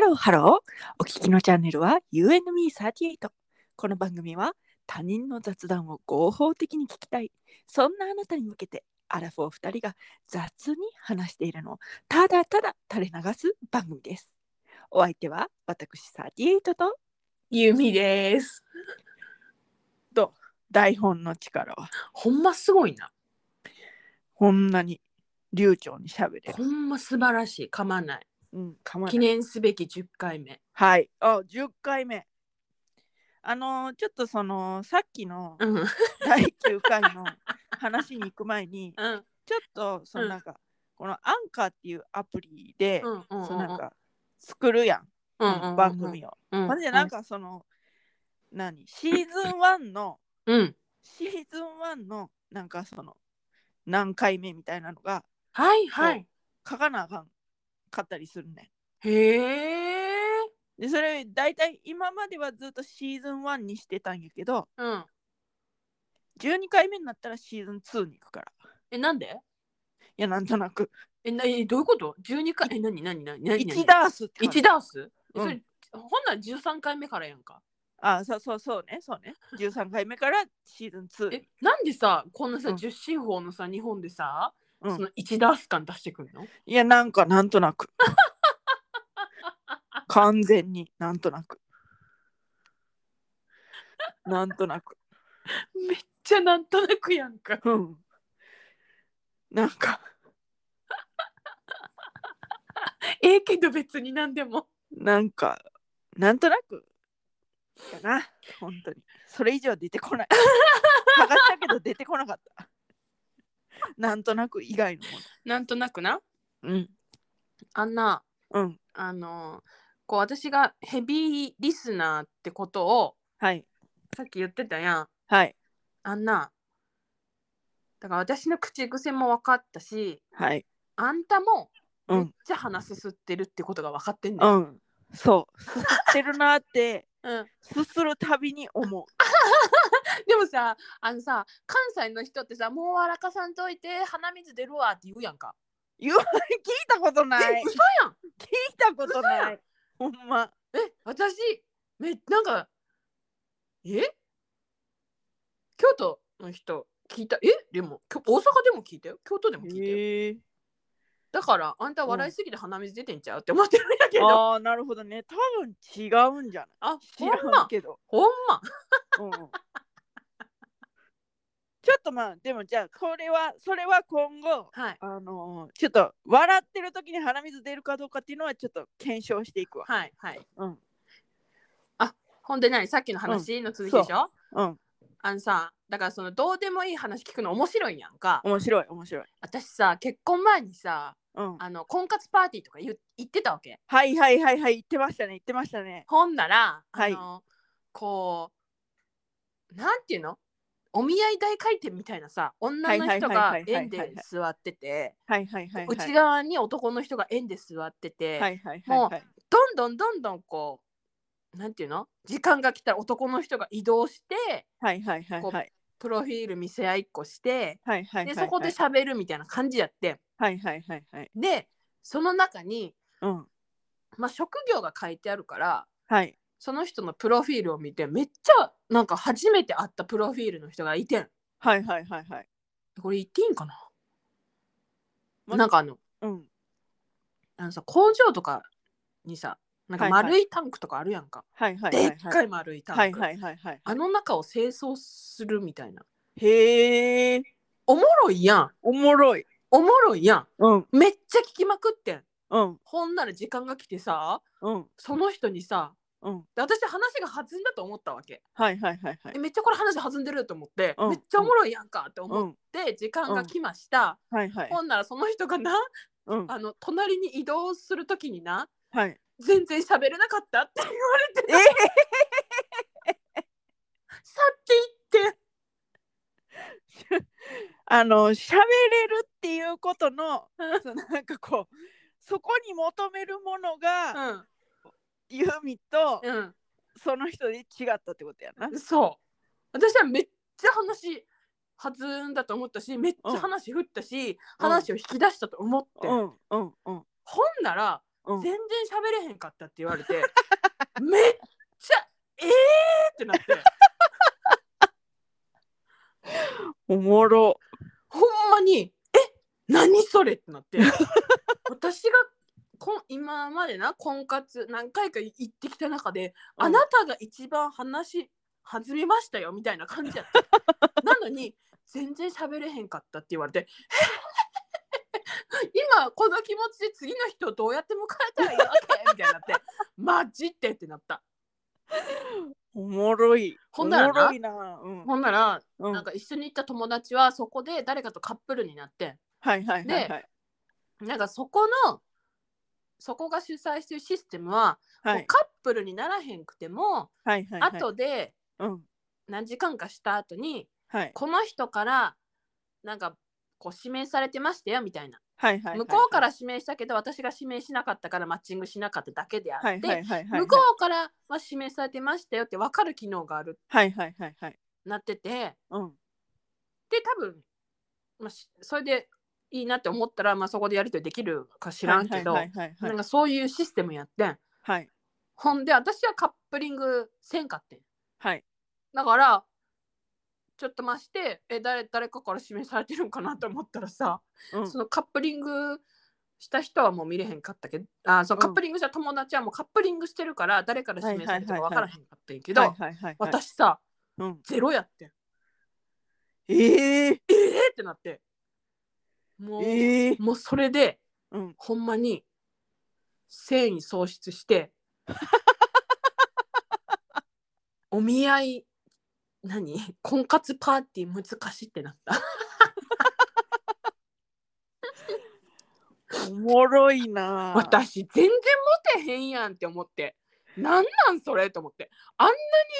ローハローお聞きのチャンネルは UNME38 この番組は他人の雑談を合法的に聞きたいそんなあなたに向けてアラフォー2人が雑に話しているのをただただ垂れ流す番組ですお相手は私38とゆみです。台本の力はほんますごいな。こんなに流暢に喋れる、ほんま素晴らしい。噛まない。うん、かま記念すべき10回目。はいあ10回目あのーちょっとそのさっきのうん。うん。 第9回の話に行く前にうん。ちょっとそのうんなんか、このアンカーっていうアプリで、うん。うん。そのなんか作るやん、うん。番組を。うん。ほんでなんかその、何シーズン1のうん。シーズン1のなんかその何回目みたいなのがはいはい。書かなあかんかったりするねへえ。ん。でそれ大体今まではずっとシーズン1にしてたんやけどうん。 12回目になったらシーズン2に行くから。え、なんでいやなんとなくえ、なえどういうこと ?12 回。え、なになになになに1ダースって感じ1ダースえうんそれ、ほんなら13回目からやんか。あそうそうそうねそうね13回目からシーズン2え、なんでさ、こんなさ、うん10進法のさ、日本でさ、うんその1ダース感出してくんのいやなんかなんとなく完全になんとなくなんとなくめっちゃなんとなくやんか。うんなんか ええけど別になんでも。なんかなんとなくだな本当にそれ以上出てこない探したけど出てこなかった なんとなく以外のもなんとなくな。のうんあんな、うんあの、こう私がヘビーリスナーってことをはいさっき言ってたやん。はいあんな、だから私の口癖も分かったし、はいあんたもうめっんちゃ鼻すすってるってことが分かってんね。うんんそうすすってるなってうん、すするたびに 思うでもさあのさ関西の人ってさ「もう笑かさんといて鼻水出るわ」って言うやんか。言わ聞いたことないえ嘘やん聞いたこと嘘なやいんほんまえ私めなんかえ京都の人聞いたえでもきょ大阪でも聞いたよ京都でも聞いたよ、へえだからあんたうん笑いすぎて鼻水出てんちゃうって思ってるんやけど、あああなるほどね多分違うんじゃない知ほらんんまけど、ほんまうん、ちょっとまあでもじゃあこれはそれは今後はいあのーちょっと笑ってる時に鼻水出るかどうかっていうのはちょっと検証していくわはいはいうんほんで何さっきの話の続きでしょ、うんあのさだからそのどうでもいい話聞くの面白いやんか、面白い面白い私さ結婚前にさうんあの婚活パーティーとか言行ってたわけはいはいはいはい言ってましたね言ってましたねほんなら、はいあのこうなんていうのお見合い大回転みたいなさ女の人はがいはいはいはいはいはい円で座っててはいはいはいはい内側に男の人が円で座ってて、はいはいはいもはいうどんどんどんどんこうなんていうの時間が来たら男の人が移動してはいはいはいはいプロフィール見せ合いっこしてはいはいでそこで喋るみたいな感じやってはいはいはいはいでその中に、うんまあ、職業が書いてあるからはいその人のプロフィールを見てめっちゃなんか初めて会ったプロフィールの人がいてんはいはいはいはいこれ言っていいんかな、まなんかあのうんあのさ工場とかにさなんかはいはい丸いタンクとかあるやんか、はいはいはいでっかいい丸いタンク、はいはいはいはいあの中を清掃するみたいなへえおもろいやんおもろいおもろいやうんんめっちゃ聞きまくってんうんほんなら時間が来てさうんその人にさうんで私話が弾んだと思ったわけはいはいはいはいえめっちゃこれ話弾んでると思って、うんめっちゃおもろいやんかってう思っんて時間が来ました、はいはいほんならその人がなうんあの隣に移動するときになはい全然喋れなかったって言われてえへへへへ去っていってあの喋れるっていうことのそのなんかこうそこに求めるものがユミとうん、その人で違ったってことやなうん、そう私はめっちゃ話弾んだと思ったしめっちゃ話振ったし、話を引き出したと思って、うんうんうんほんならうん全然喋れへんかったって言われて めっちゃえーってなっておもろ。ほんまに「え何それ?」ってなって 私がこん今までな婚活何回か行ってきた中で、うんあなたが一番話弾みましたよみたいな感じやった なのに全然喋れへんかったって言われて 今この気持ちで次の人をどうやって迎えたらいいわけみたいになってマジでってなったおもろい。ほんならおもなろいな。うん。ほんならうんなんか一緒に行った友達はそこで誰かとカップルになってはいはいはいはい。なんかそこのそこが主催してるシステムは、はもういカップルにならへんくても、はいはいはい。後でうん。何時間かした後にはいこの人からなんかこう指名されてましたよみたいな、はいはい。向こうから指名したけど私が指名しなかったからマッチングしなかっただけであって、はいはいはいはい。向こうからは指名されてましたよって分かる機能があるはいはいはいはい。なっててうん。で多分、まあ、しそれでいいなって思ったら、まあ、そこでやり取りできるか知らんけど、はいはいはいなんはい。かそういうシステムやってん。はい。ほんで私はカップリングせんかってんはい。だからちょっと増してえ誰誰かから指名されてるんかなと思ったらさ、うん。そのカップリングした人はもう見れへんかったけどあそのカップリングした友達はもうカップリングしてるから誰から指名されてるか分からへんかったんやけど、はいはいはいはい。私さうん。ゼロやってんええ。ええってなってもう,、ええ。もうそれでうん。ほんまに繊維喪失して お見合い何婚活パーティー難しいってなったおもろいな。私全然モテへんやんって思ってなんなんそれと思ってあんなに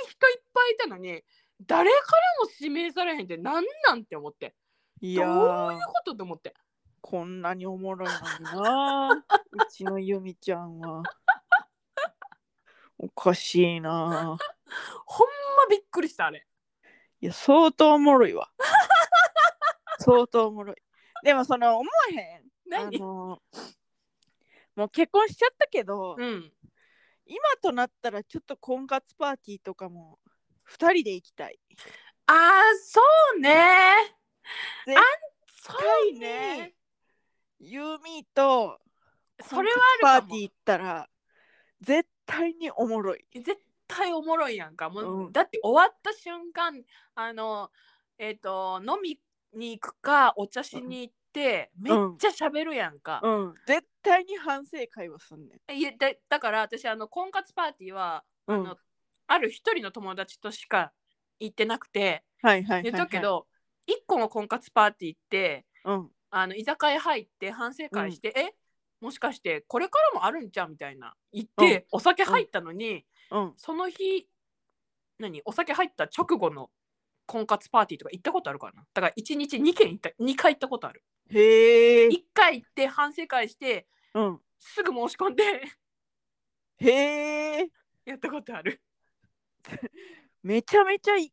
人いっぱいいたのに誰からも指名されへんってなんなんって思っていどうやーいうことと思ってこんなにおもろいのに な。うちのゆみちゃんは。おかしいな。ほんまびっくりしたあれいや、相当おもろい わ。相当おもろい。でも、その、思えへん。あ何のもう結婚しちゃったけど、うん今となったらちょっと婚活パーティーとかも2人で行きたい。あーそうね絶そうねユーミーとそれ婚活はあるパかーもティー行ったら絶対におもろい。絶対おもろいやんかもう、うんだって終わった瞬間あのえっ、と飲みに行くかお茶しに行って、めっちゃ喋るやんか、うん、絶対に反省会はすんねん。いやだだから私あの婚活パーティーは、うあん、のある一人の友達としか行ってなくてはいはいはい、はい。言ったけ、ど、一個の婚活パーティーってうん、あの居酒屋入って反省会して、えもしかしてこれからもあるんちゃうみたいな言って、お酒入ったのに、うん。その日何お酒入った直後の婚活パーティーとか行ったことあるからなだから1日2件行った2回行ったことあるへえ。 1回行って反省会してうん。すぐ申し込んで へえ。やったことあるめちゃめちゃい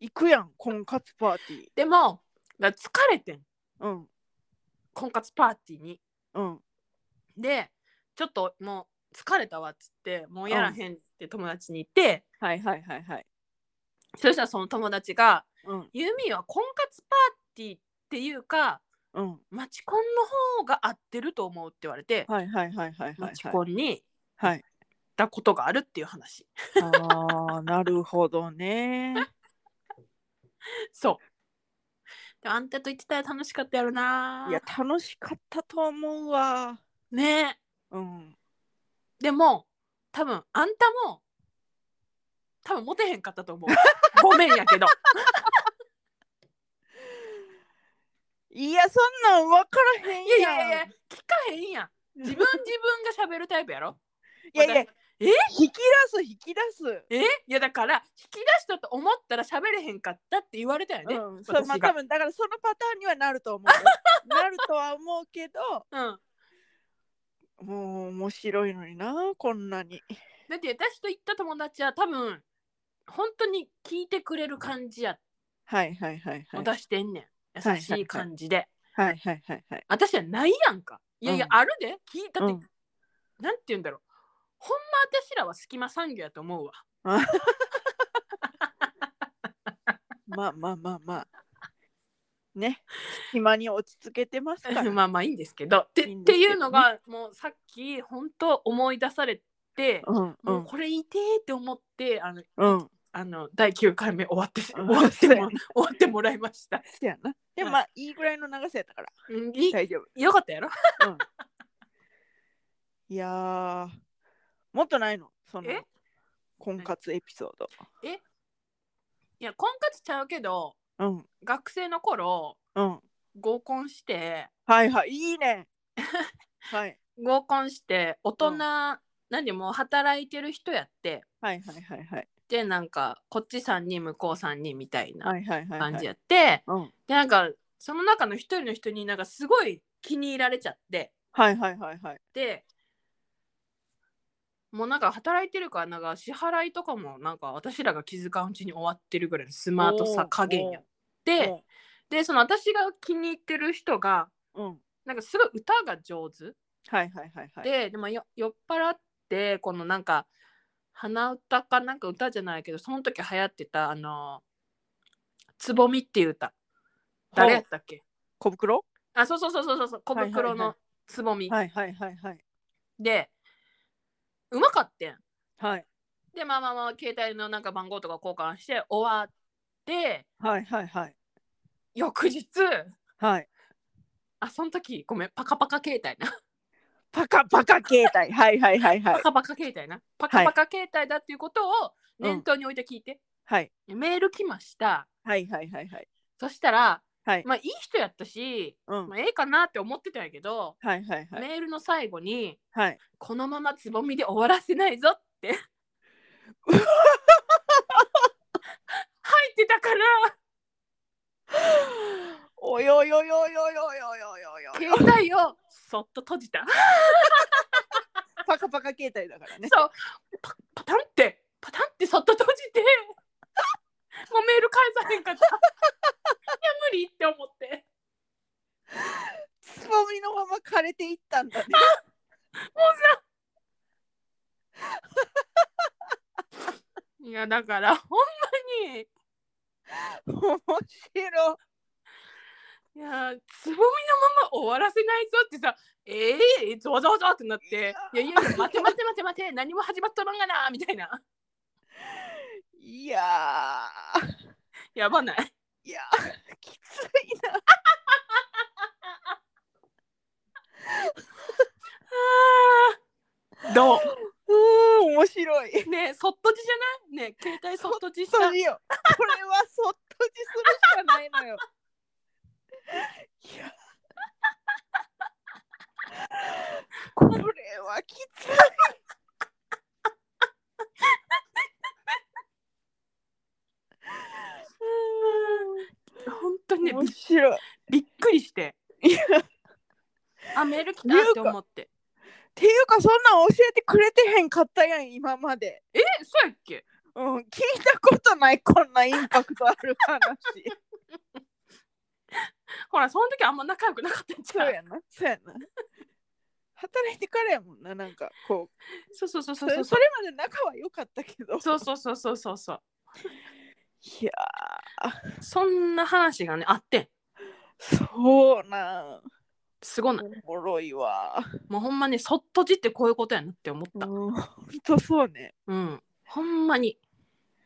行くやん、婚活パーティー。でもだから疲れてんうん、婚活パーティーにうん、でちょっともう疲れたわっつってもうやらへんって友達に言って、はいはいはいはい。そしたらその友達がうん「、ユミは婚活パーティーっていうかうん、マチコンの方が合ってると思う」って言われて、はいはいはいはいはマいチはい。コンにはい、ったことがあるっていう話。 ああ、なるほどね。そう。でもあんたと行ってたら楽しかったやろないや、楽しかったと思うわ。ねえうん、でも、多分あんたも、多分モテへんかった と思う。ごめんやけど。いや、そんなん分からへんいやいやん。やいや、聞かへんやん。自分自分が喋るタイプやろ。いやいや私引き出す引き出す。えいやだから、引き出したと思ったら喋れへんかったって言われたよね。うん、そうまあ私が多分だからそのパターンにはなると思うよ。 なるとは思うけど、うん。もう面白いのにな、こんなに。だって私と行った友達は多分、本当に聞いてくれる感じや、はいはいはいはをい。出してんねん。はい優しい感じで。はいはいはいはい。私はないやんか。いやいや、うんあるで聞いたうって、んなんて言うんだろうほんま私らは隙間産業やと思う わまあまあまあまあ。ね。暇に落ち着けてますから。 まあまあいいんですけど。ていいんっですてけどねいうのがもうさっき本当思い出されて、うんうもうんこれいてーって思ってあのうん。あの第9回目終わって終うんわって もそうや 終ねわってもらいました。せやな。でもまはあいいぐらいの長さやったからうんい大丈夫。よかったやろうん、いやーもっとないのそのえ婚活エピソード。いや婚活ちゃうけどうん学生の頃うん。合コンしてはいはいいい ね。はい合コンして大人、うん何もう働いてる人やってはいはいはいはいでなんかこっち3人向こう3人みたいなはいはいはいはい。感じやって、うん。でなんかその中の一人の人になんかすごい気に入られちゃってはいはいはいはい。でもうなんか働いてるからなんか支払いとかもなんか私らが気づかんうちに終わってるぐらいのスマートさ加減やってでその私が気に入ってる人がうん、うん。なんかすごい歌が上手はいはいはいはい。ででもよ酔っ払ってこのなんか鼻歌かなんか歌じゃないけどその時流行ってたあの「つぼみ」っていう歌誰やったっけ小袋あそうそうそうそうそう小は袋いはいはのつぼみ、はいはいはいはい。でうまかってんはいでまあまあまあ携帯のなんか番号とか交換して終わってはいはいはい。翌日はい。あその時ごめんパカパカ携帯な、パカパカ携帯。はいはいはいはパい。カパカ携帯なパカパカ携帯だっていうことを念頭に置いて聞いて、はいメール来ましたはいはいはいはい。そしたら、はいまあいい人やったし、うん。はまあ、ええかなって思ってたんやけど、いはいはい。メールの最後にはい。 「このままつぼみで終わらせないぞ」って入ってたからおよよよよよよよよよ。携帯をそっと閉じたパカパカ携帯だからね。そうパパタンってパタンってそっと閉じてもうメール返さへんかったいや無理って思ってつぼみのまま枯れていったんだね。いやだからほんまに面白い。いやーつぼみのまま終わらせないぞってさええー、ゾワゾワゾワってなって「いやいやいや待て待て待て待て何も始まっとらんがな」みたいないやー。やばないいやー、きついな。あーどうーん、面白い。うねえそっとじじゃないねえ携帯そっとじした閉じよ。これはそっとじするしかないのよ。いや。これはきつい。本当にね面び白い。びっくりしていやあメール来たって思ってていうかそんなん教えてくれてへんかったやん今まで。えそうやっけうん、聞いたことないこんなインパクトある話。ほらその時あんま仲良くなかったんちゃそううやな、そうやな。働いてからやもんな、なんかこう。そうそうそうそそうそうれそれまで仲は良かったけど。そうそうそうそうそうそういやそんな話がねあってんー、そうなん。すごないおもろいわ。もうほんまねそっとじってこういうことやなって思ったうん、ほんとそうね。うん、ほんまに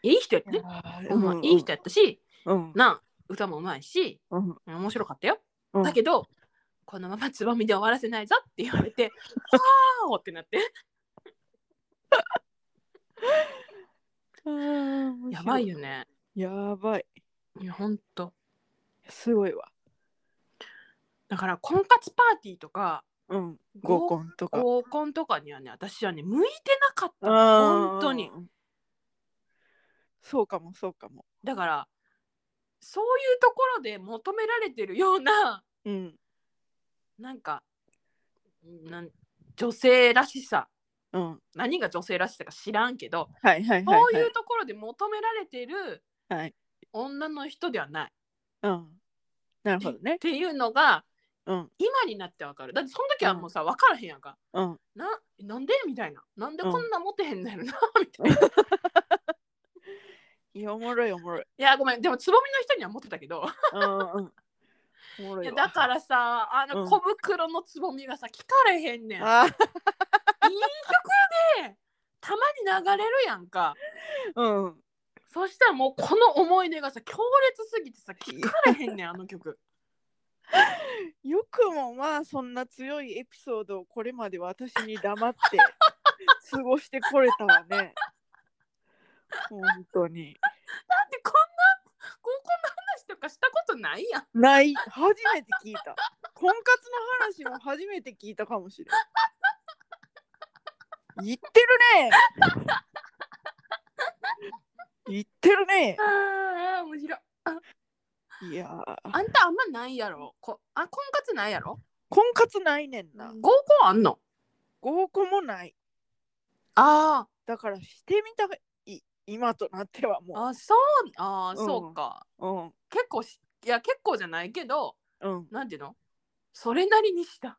いい人やったね、ほんまうんいい人やったしうん、な歌もうまいしうん、面白かったよ、うんだけどこのままつぼみで終わらせないぞって言わ れて「はあお!」ってなってうんやばい。よねやばい。いやほんとすごいわ。だから婚活パーティーとかうん、合コンとか。合コンとかにはね私はね向いてなかったあー本当に。そうかも、そうかも。だからそういうところで求められてるようなうん、なんかなん女性らしさうん、何が女性らしさか知らんけど、はいはいはい、こはういうところで求められてるはい女の人ではないうん。なるほどっね。ていうのがうん今になってわかるだってその時はもうさ分からへんやんかうんななんでみたいななんでこんなモテへんのやろな みたいないいやおもろいおもろいやごめんでもつぼみの人にはモテたけどうんうんおもろいいやわだからさあうのん小袋のつぼみがさ聞かれへんねん、いいあ曲やでたまに流れるやんかうんそしたらもうこの思い出がさ強烈すぎてさ聞かれへんねんあの 曲よくもまあそんな強いエピソードをこれまで私に黙 って過ごしてこれたわね本当にだってこんな高校の話とかしたことないやんない初めて聞いた婚活の話も初めて聞いたかもしれん言ってるね言ってるねああ面白いいやーあんたあんまないやろこあ婚活ないやろ婚活ないねんな合コンあんの合コンもないあだからしてみたい今となってはーもあそうあー、うんそうかううん結構しいや結構じゃないけどうんなんていうのそれなりにした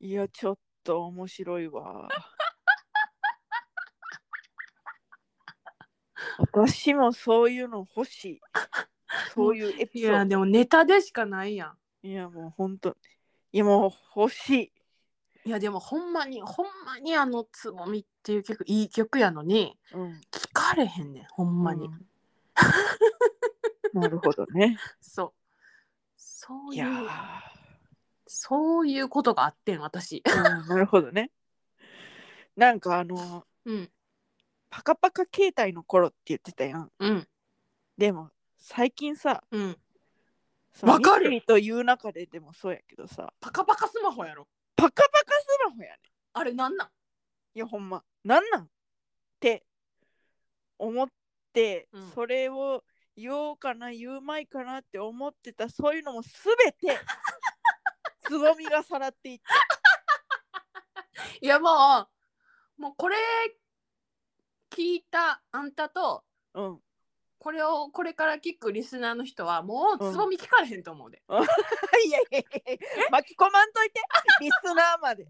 いやちょっと面白い わ私もそういうの欲しいそういうエピいソードやでもネタでしかないやんいやもうほんといやもう欲しいいやでもほんまにほんまにあの「つぼみ」っていう曲いい曲やのにうん聞かれへんねんほんまに、うんなるほどねそうそういいやうーそういうことがあってん私うんなるほどねなんかあのうんパカパカ携帯の頃って言ってたやんうんでも最近さうんそのわかるミステリーという中ででもそうやけどさパカパカスマホやろパカパカスマホやねあれなんなんいやほんまなんなんって思って、うんそれを言おうかな言うまいかなって思ってたそういうのもすべ てつぼみがさらっていったいやもうもうこれ聞いたあんたとうんこれをこれから聞くリスナーの人はもううんつぼみ聞かれへんと思うで、 いやいやいやいや巻き込まんといてリスナーまで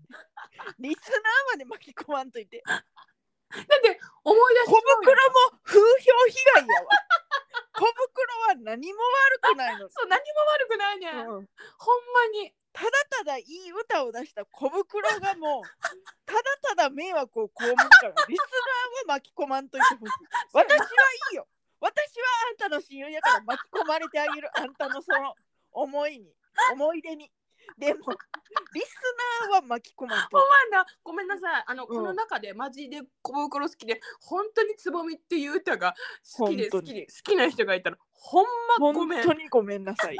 リスナーまで巻き込まんといてだって思い出し小ちゃ袋うやんも風評被害やわ小袋は何も悪くないの、そう何も悪くないねうん、んほんまにただただいい歌を出した小袋がもうただただ迷惑を被るからリスナーは巻き込まんといてほしい私はいいよ私はあんたの親友やから巻き込まれてあげるあんたのその思いに思い出にでもリスナーは巻き込まんとおい前なごめんなさいあの、この中でマジで小袋好きで本当につぼみっていう歌が好きで好本当きにで好きな人がいたらほんてま ごめん本当にごめんなさい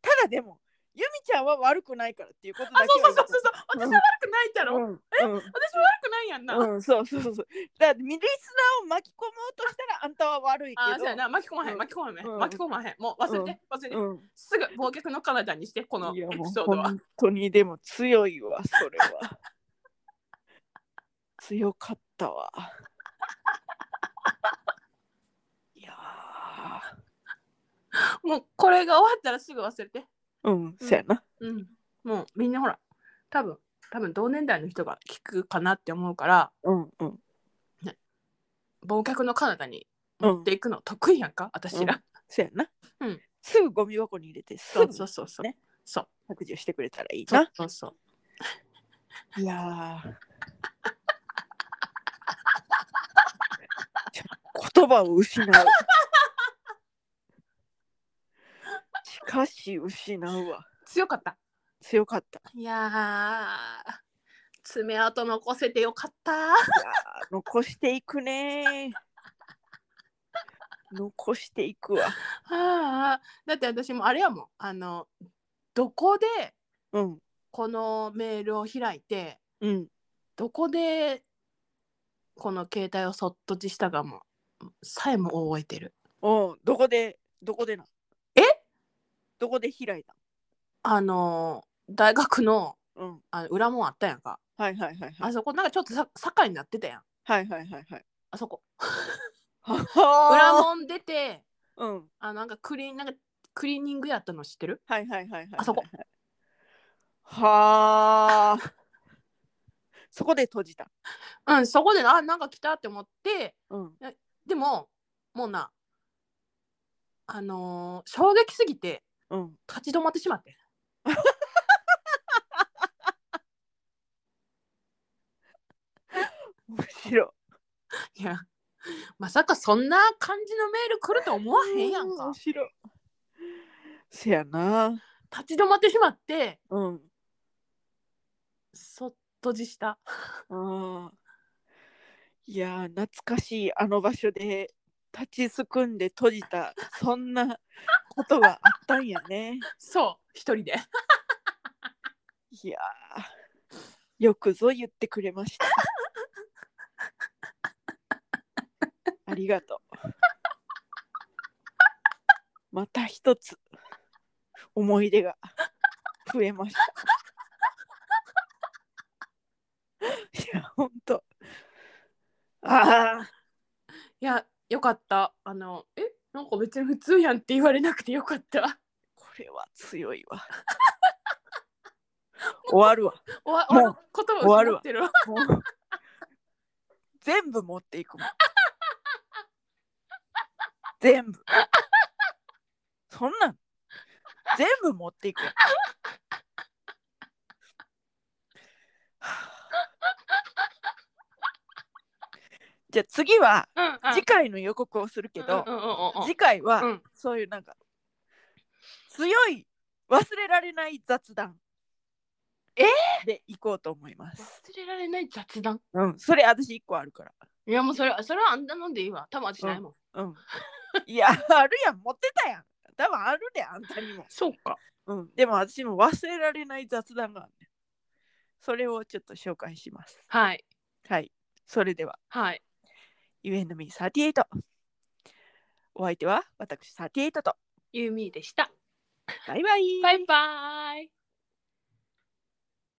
ただでもゆみちゃんは悪くないからっていうことあだそけうはそうそうそうそう私は悪くないんだろ、言私はううん悪うんくないやんな、うん、そうそうそうそう。だからリスナーを巻き込もうとしたらあんたは悪いけあど。そうやな巻き込まうへんん巻き込まへん、うん巻き込まへんもう忘れて、忘れて、うん、すぐ忘却の体にしてこのいエやピもうソードは本当にでも強いわそれは強かったわいやもうこれが終わったらすぐ忘れてーうんそやなうんもうみんなほら多分多分同年代の人が聞くかなって思うからうんうん忘却の彼方にう持っんていくの得意やんか、私ら、そやな、うんすぐゴミ箱に入れてすそうぐそうそうそう、ねそう削除してくれたらいいそうなそうそういやーちょ言葉を失うしかし失うわ強かった強かったいやー爪痕残せてよかったいやー残していくねー残していくわああだって私もあれやもんあのどこでうんこのメールを開いてうんどこでこの携帯をそっとじしたかもさえも覚えてるおうどこでどこでなえどこで開いたあの大学のうんあの裏門あったやんかはいはいはいはあいそこなんかちょっとさ坂になってたやんはいはいはいはいあそこ裏は門出てーうんあなんかクリーンなんかクリーニングやったの知ってるはいはいはいはいはいあそこはあ。そこで閉じた。うん、そこで、あ、なんか来たって思って、うん。でも、もうな、あのー衝撃すぎて、うん。立ち止まってしまって。むしろ。いや、まさかそんな感じのメール来ると思わへんやんうかむ。しろ。せやな。立ち止まってしまって、うん。そっとじした。 ああ。いやー、懐かしいあの場所で立ちすくんで閉じた、そんなことがあったんやね。そう、一人で。いやー、よくぞ言ってくれました。ありがとう。また一つ思い出が増えました。いや、ほんと。ああ。いや、よかった。あの、え、なんか別に普通やんって言われなくてよかった。 これは強いわ。終わるわ。おわ、もうお言葉終わる失わ ってるわ。もう全部持っていくもん。全部。そんなん全部持っていくよ。はあじゃあ次はうん、うん次回の予告をするけど、うんうんうんうん次回はうんそういうなんか強い忘れられない雑談えでいこうと思います。忘れられない雑談。うん、それ私一個あるから。いや、もうそれ、それはあんなのでいいわ。多分私ないもん。 うん。いや、あるやん、持ってたやん。多分あるで、あんたにも。そうか。うん。でも私も忘れられない雑談があるねん。それをちょっと紹介します。はい。はい。それでは、はい。ゆえのみ38。お相手は私38と。ユーミーでした。バイバイ。バイバーイ。